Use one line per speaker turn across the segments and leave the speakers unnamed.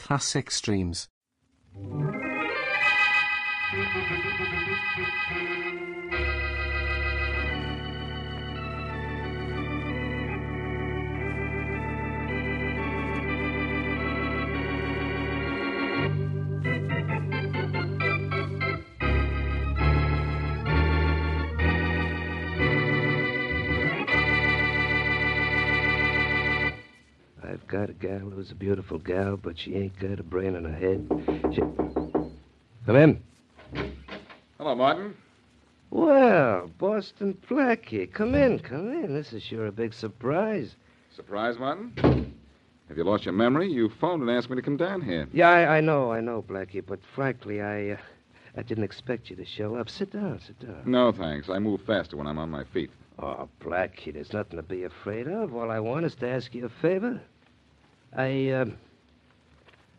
classic streams.
I've got a gal who's a beautiful gal, but she ain't got a brain in her head. She... Come in.
Hello, Martin.
Well, Boston Blackie, come in, come in. This is sure a big surprise.
Surprise, Martin? Have you lost your memory? You phoned and asked me to come down here.
Yeah, I, I know, I know, Blackie, but frankly, I, uh, I didn't expect you to show up. Sit down, sit down.
No, thanks. I move faster when I'm on my feet.
Oh, Blackie, there's nothing to be afraid of. All I want is to ask you a favor. I, um,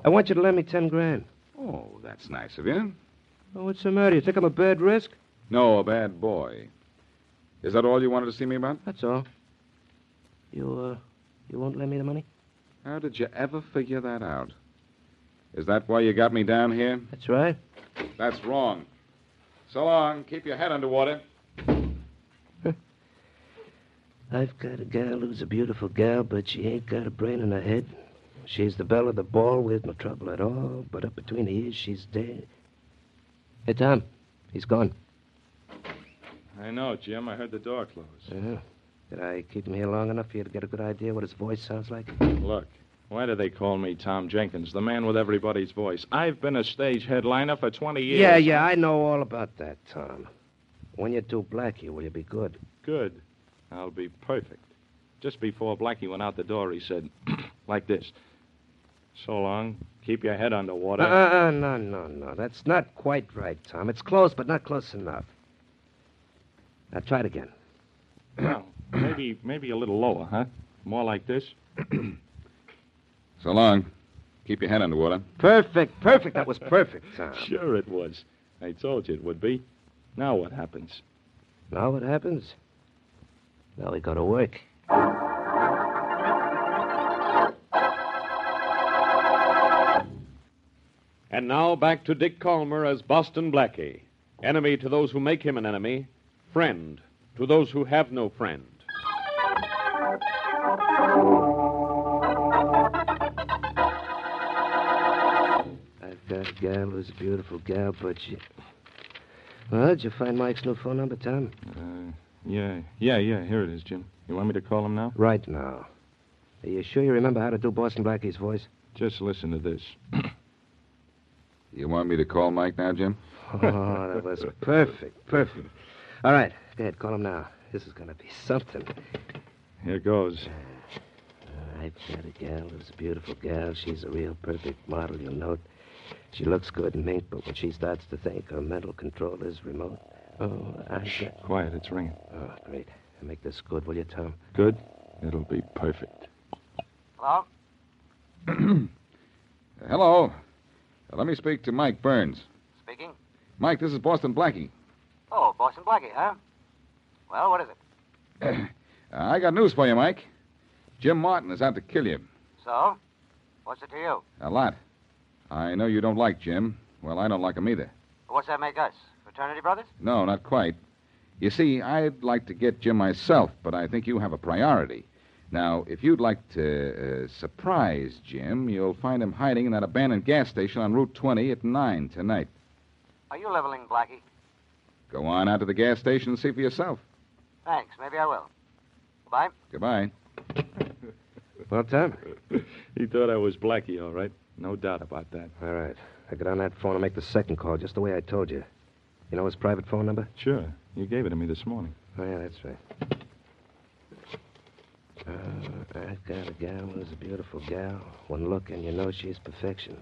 I want you to lend me ten grand.
Oh, that's nice of you.
Oh, what's the matter? You think I'm a bad risk?
No, a bad boy. Is that all you wanted to see me about?
That's all. You, uh, you won't lend me the money?
How did you ever figure that out? Is that why you got me down here?
That's right.
That's wrong. So long. Keep your head underwater.
I've got a gal who's a beautiful gal, but she ain't got a brain in her head. She's the belle of the ball with no trouble at all, but up between the ears, she's dead. Hey, Tom, he's gone.
I know, Jim. I heard the door close.
Yeah. Did I keep him here long enough for you to get a good idea what his voice sounds like?
Look, why do they call me Tom Jenkins, the man with everybody's voice? I've been a stage headliner for 20 years.
Yeah, yeah, I know all about that, Tom. When you do Blackie, will you be good?
Good. I'll be perfect. Just before Blackie went out the door, he said, like this So long. Keep your head underwater.
Uh, uh, no, no, no. That's not quite right, Tom. It's close, but not close enough. Now, try it again.
uh,
Well, maybe, maybe a little lower, huh? More like this.
So long. Keep your head underwater.
Perfect, perfect. That was perfect, Tom.
Sure it was. I told you it would be. Now what happens?
Now what happens? Now we go to work.
And now back to Dick Calmer as Boston Blackie, enemy to those who make him an enemy, friend to those who have no friend.
I've got a gal who's a beautiful gal, but she. Well, did you find Mike's new phone number, Tom?
Uh, yeah, yeah, yeah. Here it is, Jim. You want me to call him now?
Right now. Are you sure you remember how to do Boston Blackie's voice?
Just listen to this.
You want me to call Mike now, Jim?
Oh, that was perfect, perfect. All right, go ahead, call him now. This is going to be something.
Here goes.
I've got a gal who's a beautiful gal. She's a real perfect model, you'll note. She looks good and mink, but when she starts to think, her mental control is remote. Oh, I got...
Quiet, it's ringing.
Oh, great. Make this good, will you, Tom?
Good? It'll be perfect.
Hello. Uh, Let me speak to Mike Burns.
Speaking.
Mike, this is Boston Blackie.
Oh, Boston Blackie, huh?
Oh,
Well, what is it?
Uh, I got news for you, Mike. Jim Martin is out to kill you.
So? What's it to you?
A lot. I know you don't like Jim. Well, I don't like him either.
What's that make us? Fraternity brothers?
No, not quite. You see, I'd like to get Jim myself, but I think you have a priority. Now, if you'd like to uh, surprise Jim, you'll find him hiding in that abandoned gas station on Route 20 at 9 tonight.
Are you leveling, Blackie?
Go on out to the gas station and see for yourself.
Thanks. Maybe I will. Goodbye.
Goodbye.
Well, Tom?
He thought I was Blackie, all right. No doubt about that.
All right. I get on that phone and make the second call, just the way I told you. You know his private phone number?
Sure. You gave it to me this morning.
Oh, yeah, that's right. Uh, I've got a gal who's a beautiful gal. One look and you know she's perfection.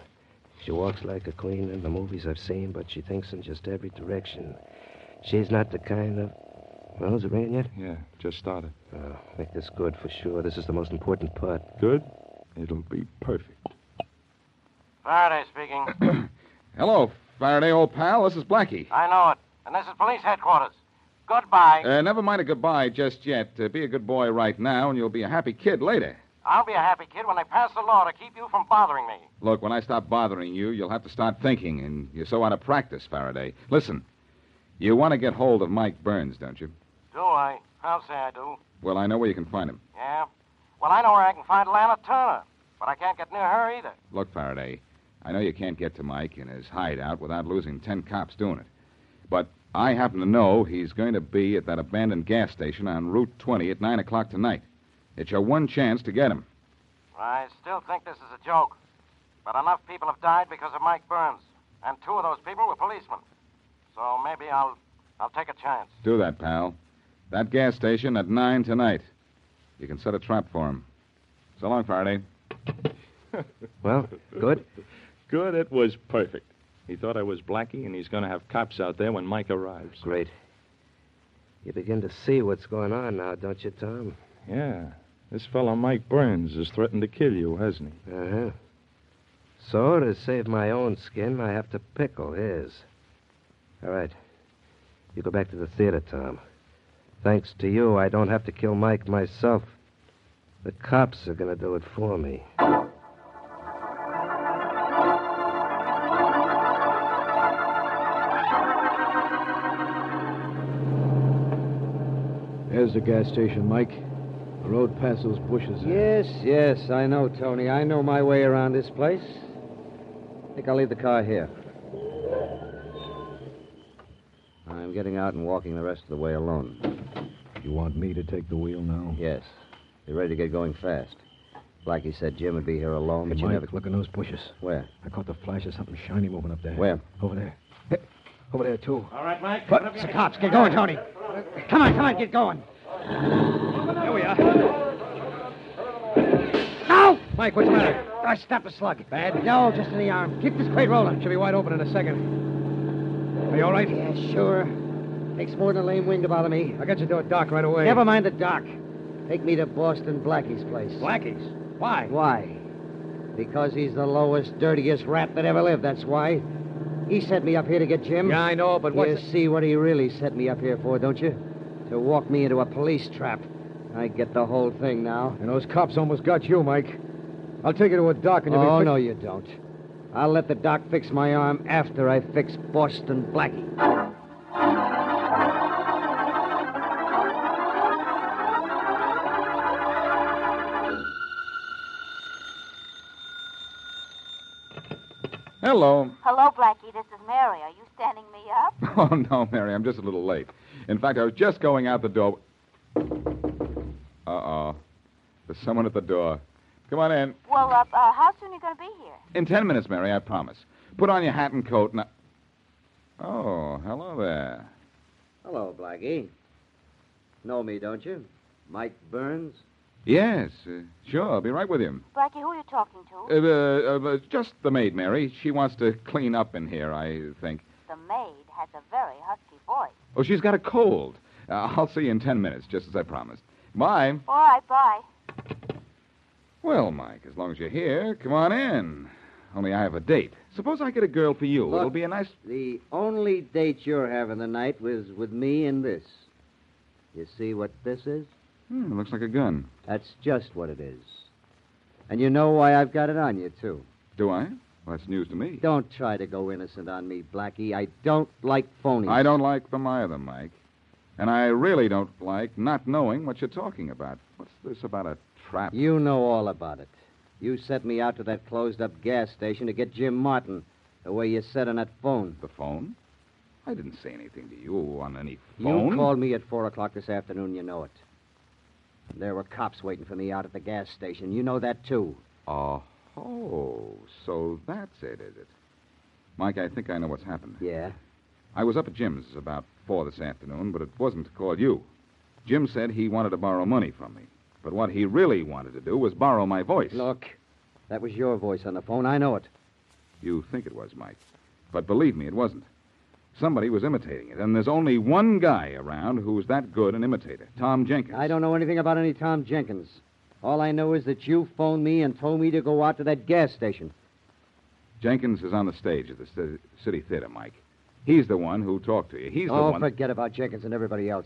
She walks like a queen in the movies I've seen, but she thinks in just every direction. She's not the kind of. Well, is it ringing yet?
Yeah, just started.
Oh, make this good for sure. This is the most important part.
Good? It'll be perfect.
Faraday speaking.
Hello, Faraday, old pal. This is Blackie.
I know it. And this is police headquarters. Goodbye.
Uh, never mind a goodbye just yet. Uh, be a good boy right now, and you'll be a happy kid later.
I'll be a happy kid when they pass a law to keep you from bothering me.
Look, when I stop bothering you, you'll have to start thinking, and you're so out of practice, Faraday. Listen, you want to get hold of Mike Burns, don't you?
Do I? I'll say I do.
Well, I know where you can find him.
Yeah. Well, I know where I can find Lana Turner, but I can't get near her either.
Look, Faraday, I know you can't get to Mike in his hideout without losing ten cops doing it. But I happen to know he's going to be at that abandoned gas station on Route 20 at 9 o'clock tonight. It's your one chance to get him.
I still think this is a joke. But enough people have died because of Mike Burns, and two of those people were policemen. So maybe I'll I'll take a chance.
Do that, pal. That gas station at 9 tonight. You can set a trap for him. So long, Faraday.
Well, good.
Good, it was perfect. He thought I was Blackie, and he's going to have cops out there when Mike arrives.
Great. You begin to see what's going on now, don't you, Tom?
Yeah. This fellow Mike Burns has threatened to kill you, hasn't he?
Uh huh. So, to save my own skin, I have to pickle his. All right. You go back to the theater, Tom. Thanks to you, I don't have to kill Mike myself. The cops are going to do it for me.
There's the gas station, Mike. The road past those bushes. there.
Yes, yes, I know, Tony. I know my way around this place. I think I'll leave the car here. I'm getting out and walking the rest of the way alone.
You want me to take the wheel now?
Yes. Be ready to get going fast. Blackie said Jim would be here alone, but
Hey,
you
Mike,
never.
look in those bushes.
Where?
I caught the flash of something shiny moving up there.
Where?
Over there. Hey, Over there, too.
All right, Mike.
But-
It's the cops. Get going, Tony. Come on, come on, get going. There we are. No! Mike, what's the matter? I snapped a slug. Bad? No, just in the arm. Keep this crate rolling. Should be wide open in a second. Are you all right? Yeah, sure. Takes more than a lame wing to bother me. I got you to a dock right away. Never mind the dock. Take me to Boston Blackie's place. Blackie's? Why? Why? Because he's the lowest, dirtiest rat that ever lived, that's why. He sent me up here to get Jim.
Yeah, I know, but what's
You
the-
see what he really sent me up here for, don't you? To walk me into a police trap. I get the whole thing now.
And those cops almost got you, Mike. I'll take you to a dock and you'll
Oh,
be.
no, you don't. I'll let the doc fix my arm after I fix Boston Blackie.
Hello.
Hello, Blackie. This is Mary. Are you standing me up?
Oh, no, Mary, I'm just a little late. In fact, I was just going out the door. Uh oh. There's someone at the door. Come on in.
Well, uh, uh, how soon are you going to be here?
In ten minutes, Mary, I promise. Put on your hat and coat and. I... Oh, hello there.
Hello, Blackie. Know me, don't you? Mike Burns?
Yes, uh, sure, I'll be right with you.
Blackie, who are you talking to?
Uh, uh, uh, just the maid, Mary. She wants to clean up in here, I think.
the maid has a very husky voice.
Oh, she's got a cold. Uh, I'll see you in ten minutes, just as I promised. Bye.
All right, bye.
Well, Mike, as long as you're here, come on in. Only I have a date. Suppose I get a girl for you.
Look.
It'll be a nice.
The only date you're having tonight was with me and this. You see what this is?
Hmm, looks like a gun.
That's just what it is. And you know why I've got it on you, too.
Do I? Well, that's news to me.
Don't try to go innocent on me, Blackie. I don't like phonies.
I don't like them either, Mike. And I really don't like not knowing what you're talking about. What's this about a trap?
You know all about it. You sent me out to that closed up gas station to get Jim Martin, the way you said on that phone.
The phone? I didn't say anything to you on any phone.
You called me at 4 o'clock this afternoon, you know it. There were cops waiting for me out at the gas station. You know that, too.
Oh, so that's it, is it? Mike, I think I know what's happened.
Yeah?
I was up at Jim's about four this afternoon, but it wasn't to call you. Jim said he wanted to borrow money from me. But what he really wanted to do was borrow my voice.
Look, that was your voice on the phone. I know it.
You think it was, Mike. But believe me, it wasn't. Somebody was imitating it, and there's only one guy around who's that good an imitator Tom Jenkins.
I don't know anything about any Tom Jenkins. All I know is that you phoned me and told me to go out to that gas station.
Jenkins is on the stage at the ci- City Theater, Mike. He's the one who talked to you. He's the
oh,
one.
forget about Jenkins and everybody else.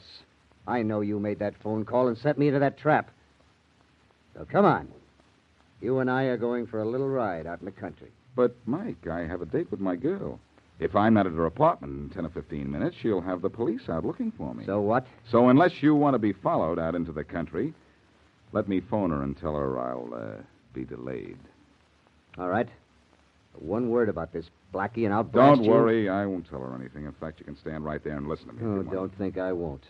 I know you made that phone call and sent me into that trap. So come on. You and I are going for a little ride out in the country.
But, Mike, I have a date with my girl. If I'm not at her apartment in 10 or 15 minutes, she'll have the police out looking for me.
So what?
So, unless you want to be followed out into the country, let me phone her and tell her I'll uh, be delayed.
All right. One word about this, Blackie, and I'll blast
Don't
you.
worry, I won't tell her anything. In fact, you can stand right there and listen to me. if
Oh,
you want.
don't think I won't.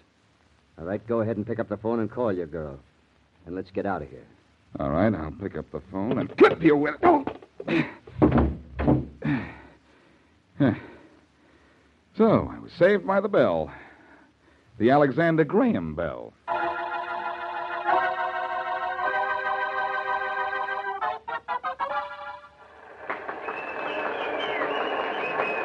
All right, go ahead and pick up the phone and call your girl. And let's get out of here.
All right, I'll pick up the phone and clip you with it. Oh. so, I was saved by the bell. The Alexander Graham bell.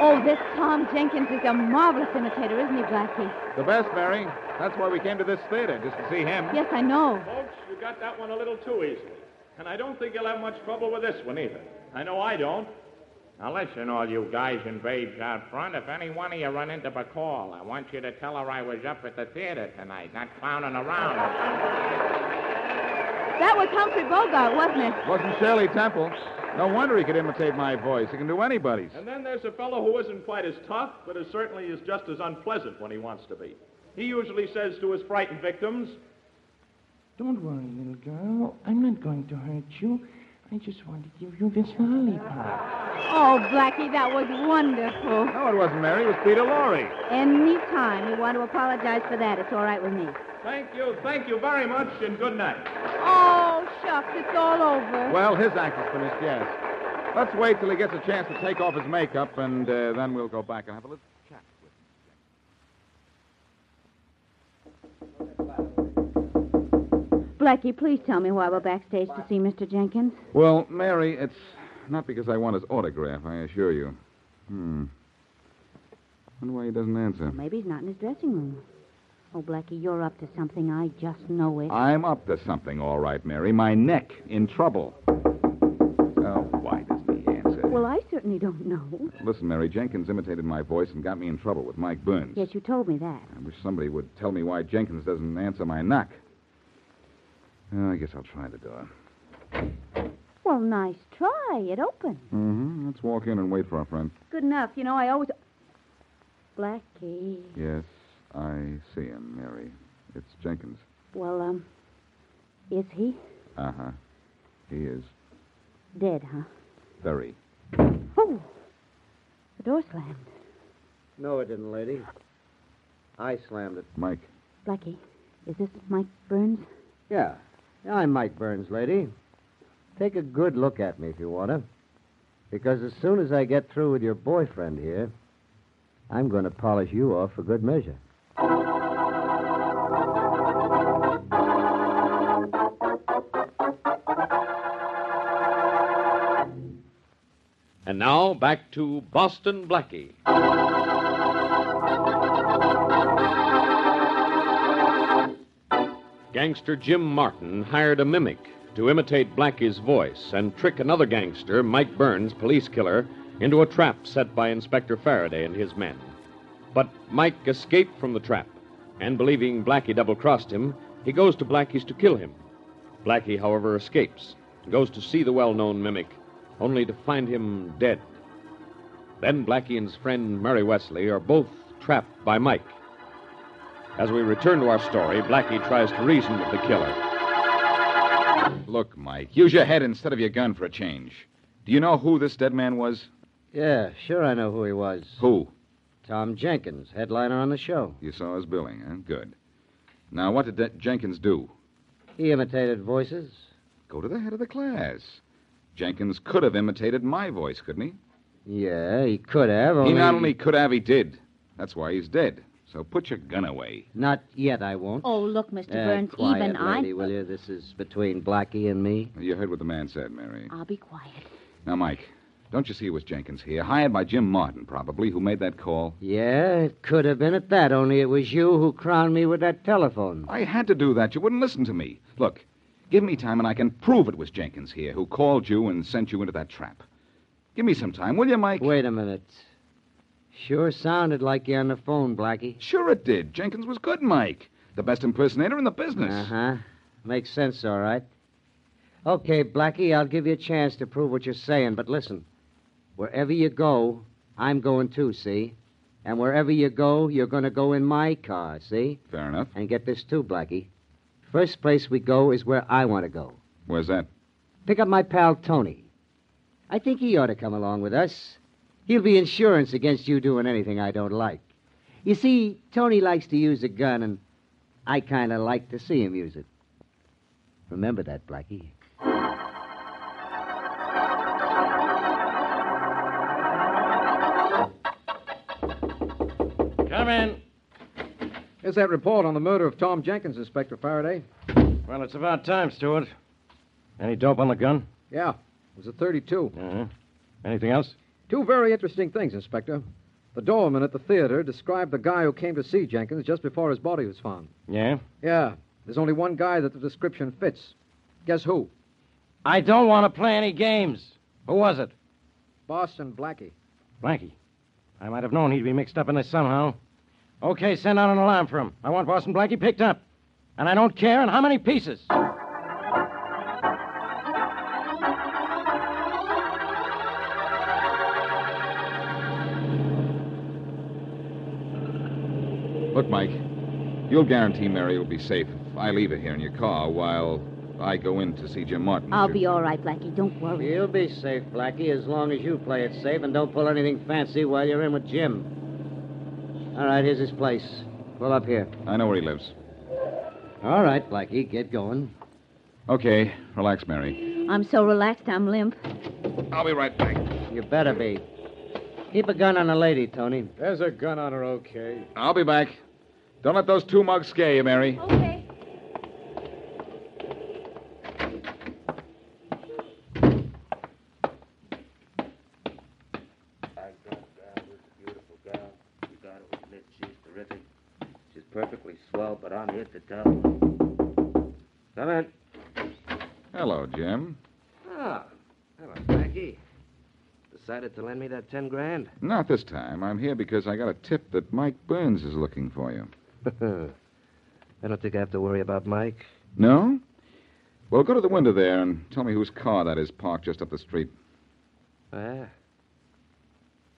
Oh, this Tom Jenkins is a marvelous imitator, isn't he, Blackie?
The best, Mary. That's why we came to this theater, just to see him.
Yes, I know.
Folks, you got that one a little too easily. And I don't think you'll have much trouble with this one either. I know I don't.
Now listen, all you guys and babes out front. If any one of you run into Bacall, I want you to tell her I was up at the theater tonight, not clowning around.
That was Humphrey Bogart, wasn't it?
Wasn't Shirley Temple. No wonder he could imitate my voice. He can do anybody's.
And then there's a fellow who isn't quite as tough, but is certainly is just as unpleasant when he wants to be. He usually says to his frightened victims,
Don't worry, little girl. I'm not going to hurt you. I just want to give you this lollipop.
Oh, Blackie, that was wonderful.
No, it wasn't Mary. It was Peter Lorre.
Any time you want to apologize for that, it's all right with me.
Thank you, thank you very much, and good night.
Oh, shucks, it's all over.
Well, his act is finished, yes. Let's wait till he gets a chance to take off his makeup, and uh, then we'll go back and have a little chat.
Blackie, please tell me why we're backstage to see Mr. Jenkins.
Well, Mary, it's not because I want his autograph, I assure you. Hmm. Wonder why he doesn't answer.
Maybe he's not in his dressing room. Oh, Blackie, you're up to something. I just know it.
I'm up to something, all right, Mary. My neck in trouble. Oh, why doesn't he answer?
Well, I certainly don't know.
Listen, Mary, Jenkins imitated my voice and got me in trouble with Mike Burns.
Yes, you told me that.
I wish somebody would tell me why Jenkins doesn't answer my knock. Oh, I guess I'll try the door.
Well, nice try. It opened.
Mm-hmm. Let's walk in and wait for our friend.
Good enough. You know, I always. Blackie.
Yes, I see him, Mary. It's Jenkins.
Well, um. Is he
Uh huh. He is
dead, huh?
very.
Oh! The door slammed.
No, it didn't, lady. I slammed it.
Mike.
Blackie, is this Mike Burns?
Yeah. yeah I'm Mike Burns, lady. Take a good look at me if you want to. Because as soon as I get through with your boyfriend here, I'm going to polish you off for good measure.
And now back to Boston Blackie. Gangster Jim Martin hired a mimic to imitate Blackie's voice and trick another gangster, Mike Burns, police killer, into a trap set by Inspector Faraday and his men. But Mike escaped from the trap, and believing Blackie double crossed him, he goes to Blackie's to kill him. Blackie, however, escapes and goes to see the well known mimic, only to find him dead. Then Blackie and his friend Mary Wesley are both trapped by Mike. As we return to our story, Blackie tries to reason with the killer.
Look, Mike, use your head instead of your gun for a change. Do you know who this dead man was?
Yeah, sure, I know who he was.
Who?
Tom Jenkins, headliner on the show.
You saw his billing, huh? Good. Now, what did De- Jenkins do?
He imitated voices.
Go to the head of the class. Jenkins could have imitated my voice, couldn't he?
Yeah, he could have. Only...
He not only could have, he did. That's why he's dead. So put your gun away.
Not yet, I won't.
Oh, look, Mr.
Uh,
Burns,
quiet,
even
lady, will you? This is between Blackie and me.
You heard what the man said, Mary.
I. I'll be quiet.
Now, Mike, don't you see it was Jenkins here, hired by Jim Martin, probably, who made that call?
Yeah, it could have been at that, only it was you who crowned me with that telephone.
I had to do that. You wouldn't listen to me. Look, give me time and I can prove it was Jenkins here who called you and sent you into that trap. Give me some time, will you, Mike?
Wait a minute. Sure sounded like you on the phone, Blackie.
Sure it did. Jenkins was
Uh-huh.
Uh-huh.
good, Mike. The best impersonator in the business.
Uh huh. Makes sense, all right.
Okay, Blackie, I'll give you a chance to prove what you're saying, but listen. Wherever you go, I'm going too, see? And wherever you go, you're going to go in my car, see?
Fair enough.
And get this, too, Blackie. First place we go is where I want to go.
Where's that?
Pick up my pal Tony. I think he ought to come along with us. He'll be insurance against you doing anything I don't like. You see, Tony likes to use a gun, and I kind of like to see him use it. Remember that, Blackie.
Come in.
Here's that report on the murder of Tom Jenkins, Inspector Faraday.
Well, it's about time, Stewart. Any dope on the gun?
Yeah, it was a 32.
Uh-huh. Anything else?
Two very interesting things, Inspector. The doorman at the theater described the guy who came to see Jenkins just before his body was found.
Yeah?
Yeah, there's only one guy that the description fits. Guess who?
I don't want to play any games. Who was it?
Boston Blackie.
Blackie. I might have known he'd be mixed up in this somehow. Okay, send out an alarm for him. I want Boston Blackie picked up. And I don't care in how many pieces.
Look, Mike, you'll guarantee Mary will be safe if I leave her here in your car while I go in to see Jim Martin.
I'll be all right, Blackie. Don't worry.
You'll be safe, Blackie, as long as you play it safe and don't pull anything fancy while you're in with Jim. All right, here's his place. Pull up here.
I know where he lives.
All right, Blackie, get going.
Okay, relax, Mary.
I'm so relaxed, I'm limp.
I'll be right back.
You better be. Keep a gun on a lady, Tony.
There's a gun on her, okay.
I'll be back. Don't let those two mugs scare you, Mary.
Okay.
I got down with a beautiful gal. You gotta admit she's terrific. She's perfectly swell, but I'm here to tell you. Come in.
Hello, Jim.
Ah,
hello, Blackie.
Decided to lend me that ten grand?
Not this time. I'm here because I got a tip that Mike Burns is looking for you.
I don't think I have to worry about Mike.
No? Well, go to the window there and tell me whose car that is parked just up the street.
Ah.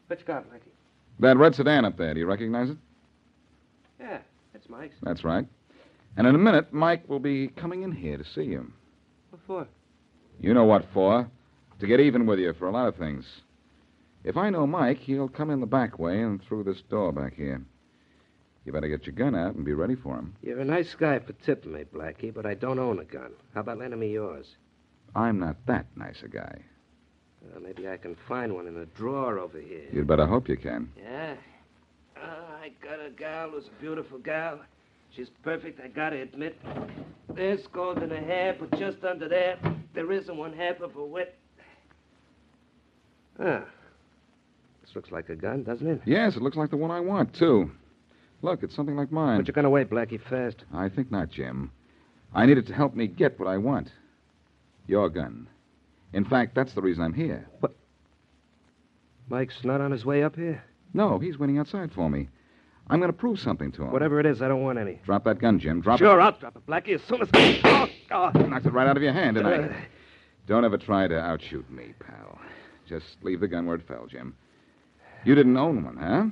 Which car, Blackie?
That red sedan up there, do you recognize it?
Yeah, that's Mike's.
That's right. And in a minute, Mike will be coming in here to see you.
What for?
You know what for? To get even with you for a lot of things. If I know Mike, he'll come in the back way and through this door back here. You better get your gun out and be ready for him.
You're a nice guy for tipping me, Blackie, but I don't own a gun. How about lending me yours?
I'm not that nice a guy.
Uh, maybe I can find one in a drawer over here.
You'd better hope you can.
Yeah? Ah, I got a gal who's a beautiful gal. She's perfect, I gotta admit. There's gold in her hair, but just under there, there isn't one half of her width. Ah. This looks like a gun, doesn't it?
Yes, it looks like the one I want, too. Look, it's something like mine.
Put your gun away, Blackie, fast.
I think not, Jim. I need it to help me get what I want. Your gun. In fact, that's the reason I'm here.
What? Mike's not on his way up here?
No, he's waiting outside for me. I'm going to prove something to him.
Whatever it is, I don't want any.
Drop that gun, Jim. Drop
sure,
it.
I'll drop it, Blackie, as soon as. Oh, God.
Knocked it right out of your hand, didn't
Uh,
I? Don't ever try to outshoot me, pal. Just leave the gun where it fell, Jim. You didn't own one, huh?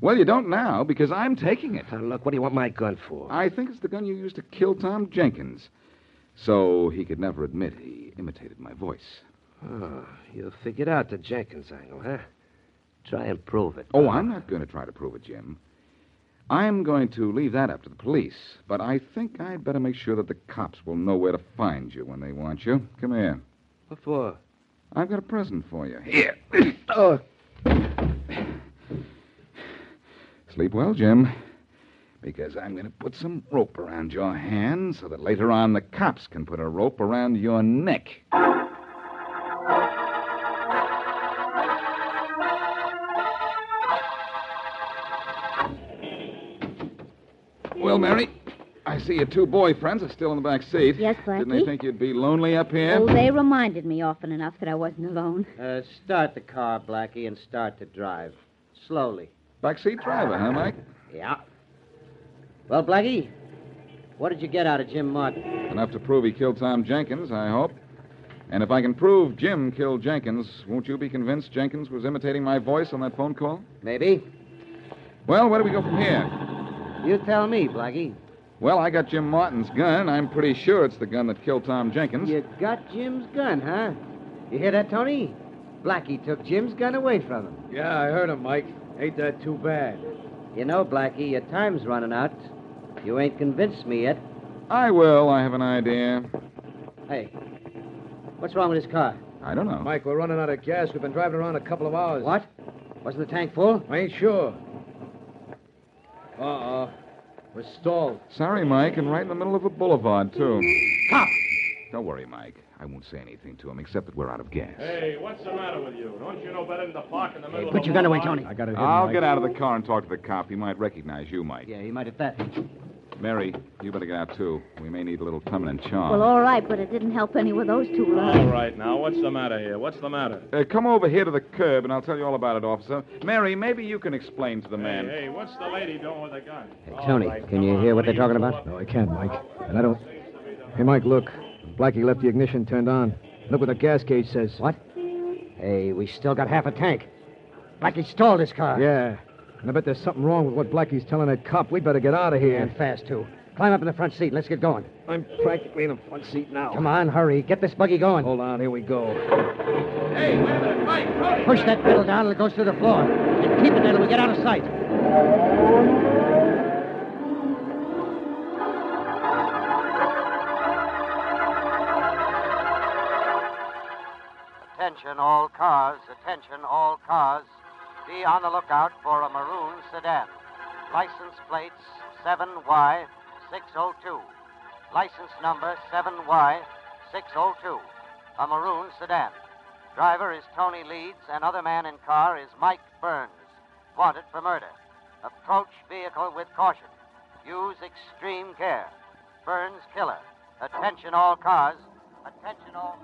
Well, you don't now because I'm taking it.
look, what do you want my gun for?
I think it's the gun you used to kill Tom Jenkins. So he could never admit he imitated my voice.
Oh, you figured out the Jenkins angle, huh? Try and prove it.
Oh, I'm not going to try to prove it, Jim. I'm going to leave that up to the police, but I think I'd better make sure that the cops will know where to find you when they want you. Come here.
What for?
I've got a present for you. Here.
Oh.
Sleep well, Jim. Because I'm going to put some rope around your hand so that later on the cops can put a rope around your neck. Well, Mary, I see your two boyfriends are still in the back seat.
Yes, Blackie?
Didn't they think you'd be lonely up here?
Oh, they reminded me often enough that I wasn't alone.
Uh, start the car, Blackie, and start to drive. Slowly.
Backseat driver, huh, Mike?
Yeah. Well, Blackie, What did you get out of Jim Martin?
Enough to prove he killed Tom Jenkins, I hope. And if I can prove Jim killed Jenkins, won't you be convinced Jenkins was imitating my voice on that phone call?
Maybe.
Well, where do we go from here?
You tell me, Blackie.
Well, I got Jim Martin's gun. I'm pretty sure it's the gun that killed Tom Jenkins.
You got Jim's gun, huh? You hear that, Tony? Blackie took Jim's gun away from him.
Yeah, I heard him, Mike. Ain't that too bad?
You know, Blackie, your time's running out. You ain't convinced me yet.
I will. I have an idea.
Hey, what's wrong with this car?
I don't know.
Mike, we're running out of gas. We've been driving around a couple of hours.
What? Wasn't the tank full?
I ain't sure. Uh oh. We're stalled.
Sorry, Mike, and right in the middle of a boulevard, too.
Cop!
Don't worry, Mike. I won't say anything to him except that we're out of gas.
Hey, what's the matter with you? Don't you know better than to park in the middle of the boulevard?
I
gotta
I'll get out of the car and talk to the cop. He might recognize you, Mike.
Yeah, he might at that.
Mary, you better get out, too. We may need a little feminine
Oh.
charm.
Well, all right, but it didn't help any with those two
All
lines.
right, now, what's the matter here? What's the matter?
Uh, come over here to the curb, and I'll tell you all about it, officer. Mary, maybe you can explain to the man.
Hey, hey, what's the lady doing with the gun?
Tony, can you hear what they're talking about? No, I can't, Mike. And I don't. Hey, Mike, look. Blackie left the ignition turned on. Look what the gas gauge says. What?
Hey, we still got half a tank. Blackie stalled this car.
Yeah. And I bet there's something wrong with what Blackie's telling that cop. We better get out of here.
And fast, too. Climb up in the front seat. Let's get going.
I'm practically in the front seat now.
Come on, hurry. Get this buggy going.
Hold on, here we go.
Hey, wait a minute, Mike, Tony!
Push that pedal down and it goes through the floor. And keep it there till we get out of sight.
Attention all cars, attention all cars. Be on the lookout for a maroon sedan. License plates 7Y602. License number 7Y602. A maroon sedan. Driver is Tony Leeds, and other man in car is Mike Burns, wanted for murder. Approach vehicle with caution. Use extreme care. Burns killer. Attention all cars. Attention all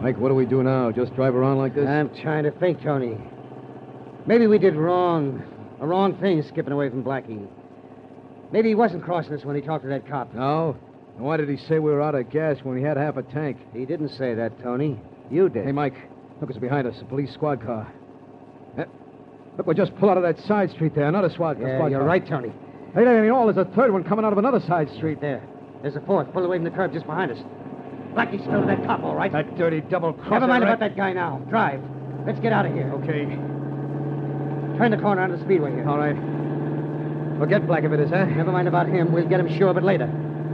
Mike, what do we do now? Just drive around like this?
I'm trying to think, Tony. Maybe we did wrong. A wrong thing skipping away from Blackie. Maybe he wasn't crossing us when he talked to that cop.
No? And why did he say we were out of gas when he had half a tank?
He didn't say that, Tony. You did.
Hey, Mike, look, it's behind us, a police squad car. Eh, Look, we just pulled out of that side street there, another squad,
Yeah,
squad
you're
car.
right, Tony.
Hey, there ain't all. There's a third one coming out of another side street
there. There's a fourth pulled away from the curb just behind us. Blackie's still that cop, all right?
That dirty double cross.
Never mind about that guy now. Drive. Let's get out of here.
Okay.
Turn the corner onto the speedway here.
All right. Forget Black if it is, huh?
Never mind about him. We'll get him sure, but later.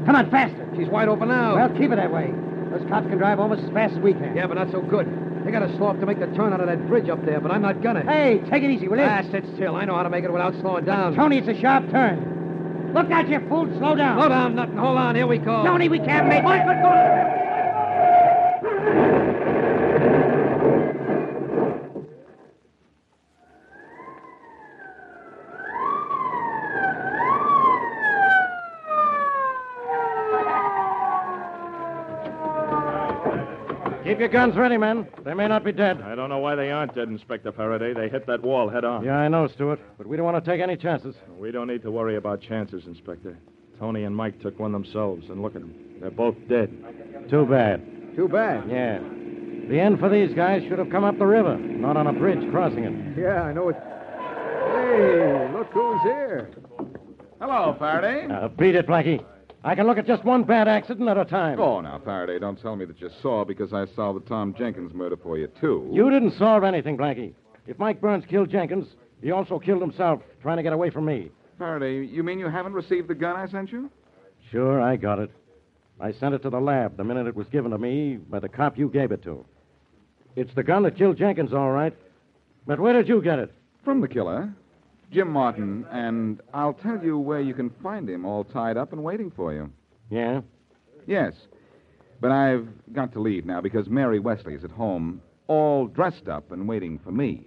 Come on, faster.
She's wide open now.
Well, keep it that way. Those cops can drive almost as fast as we can.
yeah, but not so good. They gotta slow up to make the turn out of that bridge up there, but I'm not gonna.
Hey, take it easy, will you?
Ah, sit still. I know how to make it without slowing down.
Tony, it's a sharp turn. Look out, you fool. Slow down.
Slow down, nothing. Hold on. Here we go.
Tony, we can't make it.
Keep your guns ready, men. They may not be dead.
I don't know why they aren't dead, Inspector Faraday. They hit that wall head on.
Yeah, I know, Stuart, but we don't want to take any chances.
We don't need to worry about chances, Inspector. Tony and Mike took one themselves, and look at them. They're both dead.
Too bad.
Too bad.
Yeah. The end for these guys should have come up the river, not on a bridge crossing it.
Yeah, I know it. Hey, look who's here.
Hello, Faraday.
Uh, beat it, Blackie. I can look at just one bad accident at a time.
Oh, now, Faraday, don't tell me that you saw because I saw the Tom Jenkins murder for you, too.
You didn't solve anything, Blackie. If Mike Burns killed Jenkins, he also killed himself trying to get away from me.
Faraday, you mean you haven't received the gun I sent you?
Sure, I got it. I sent it to the lab the minute it was given to me by the cop you gave it to. It's the gun that killed Jenkins, all right. But where did you get it?
From the killer, Jim Martin, and I'll tell you where you can find him all tied up and waiting for you.
Yeah?
Yes. But I've got to leave now because Mary Wesley is at home, all dressed up and waiting for me.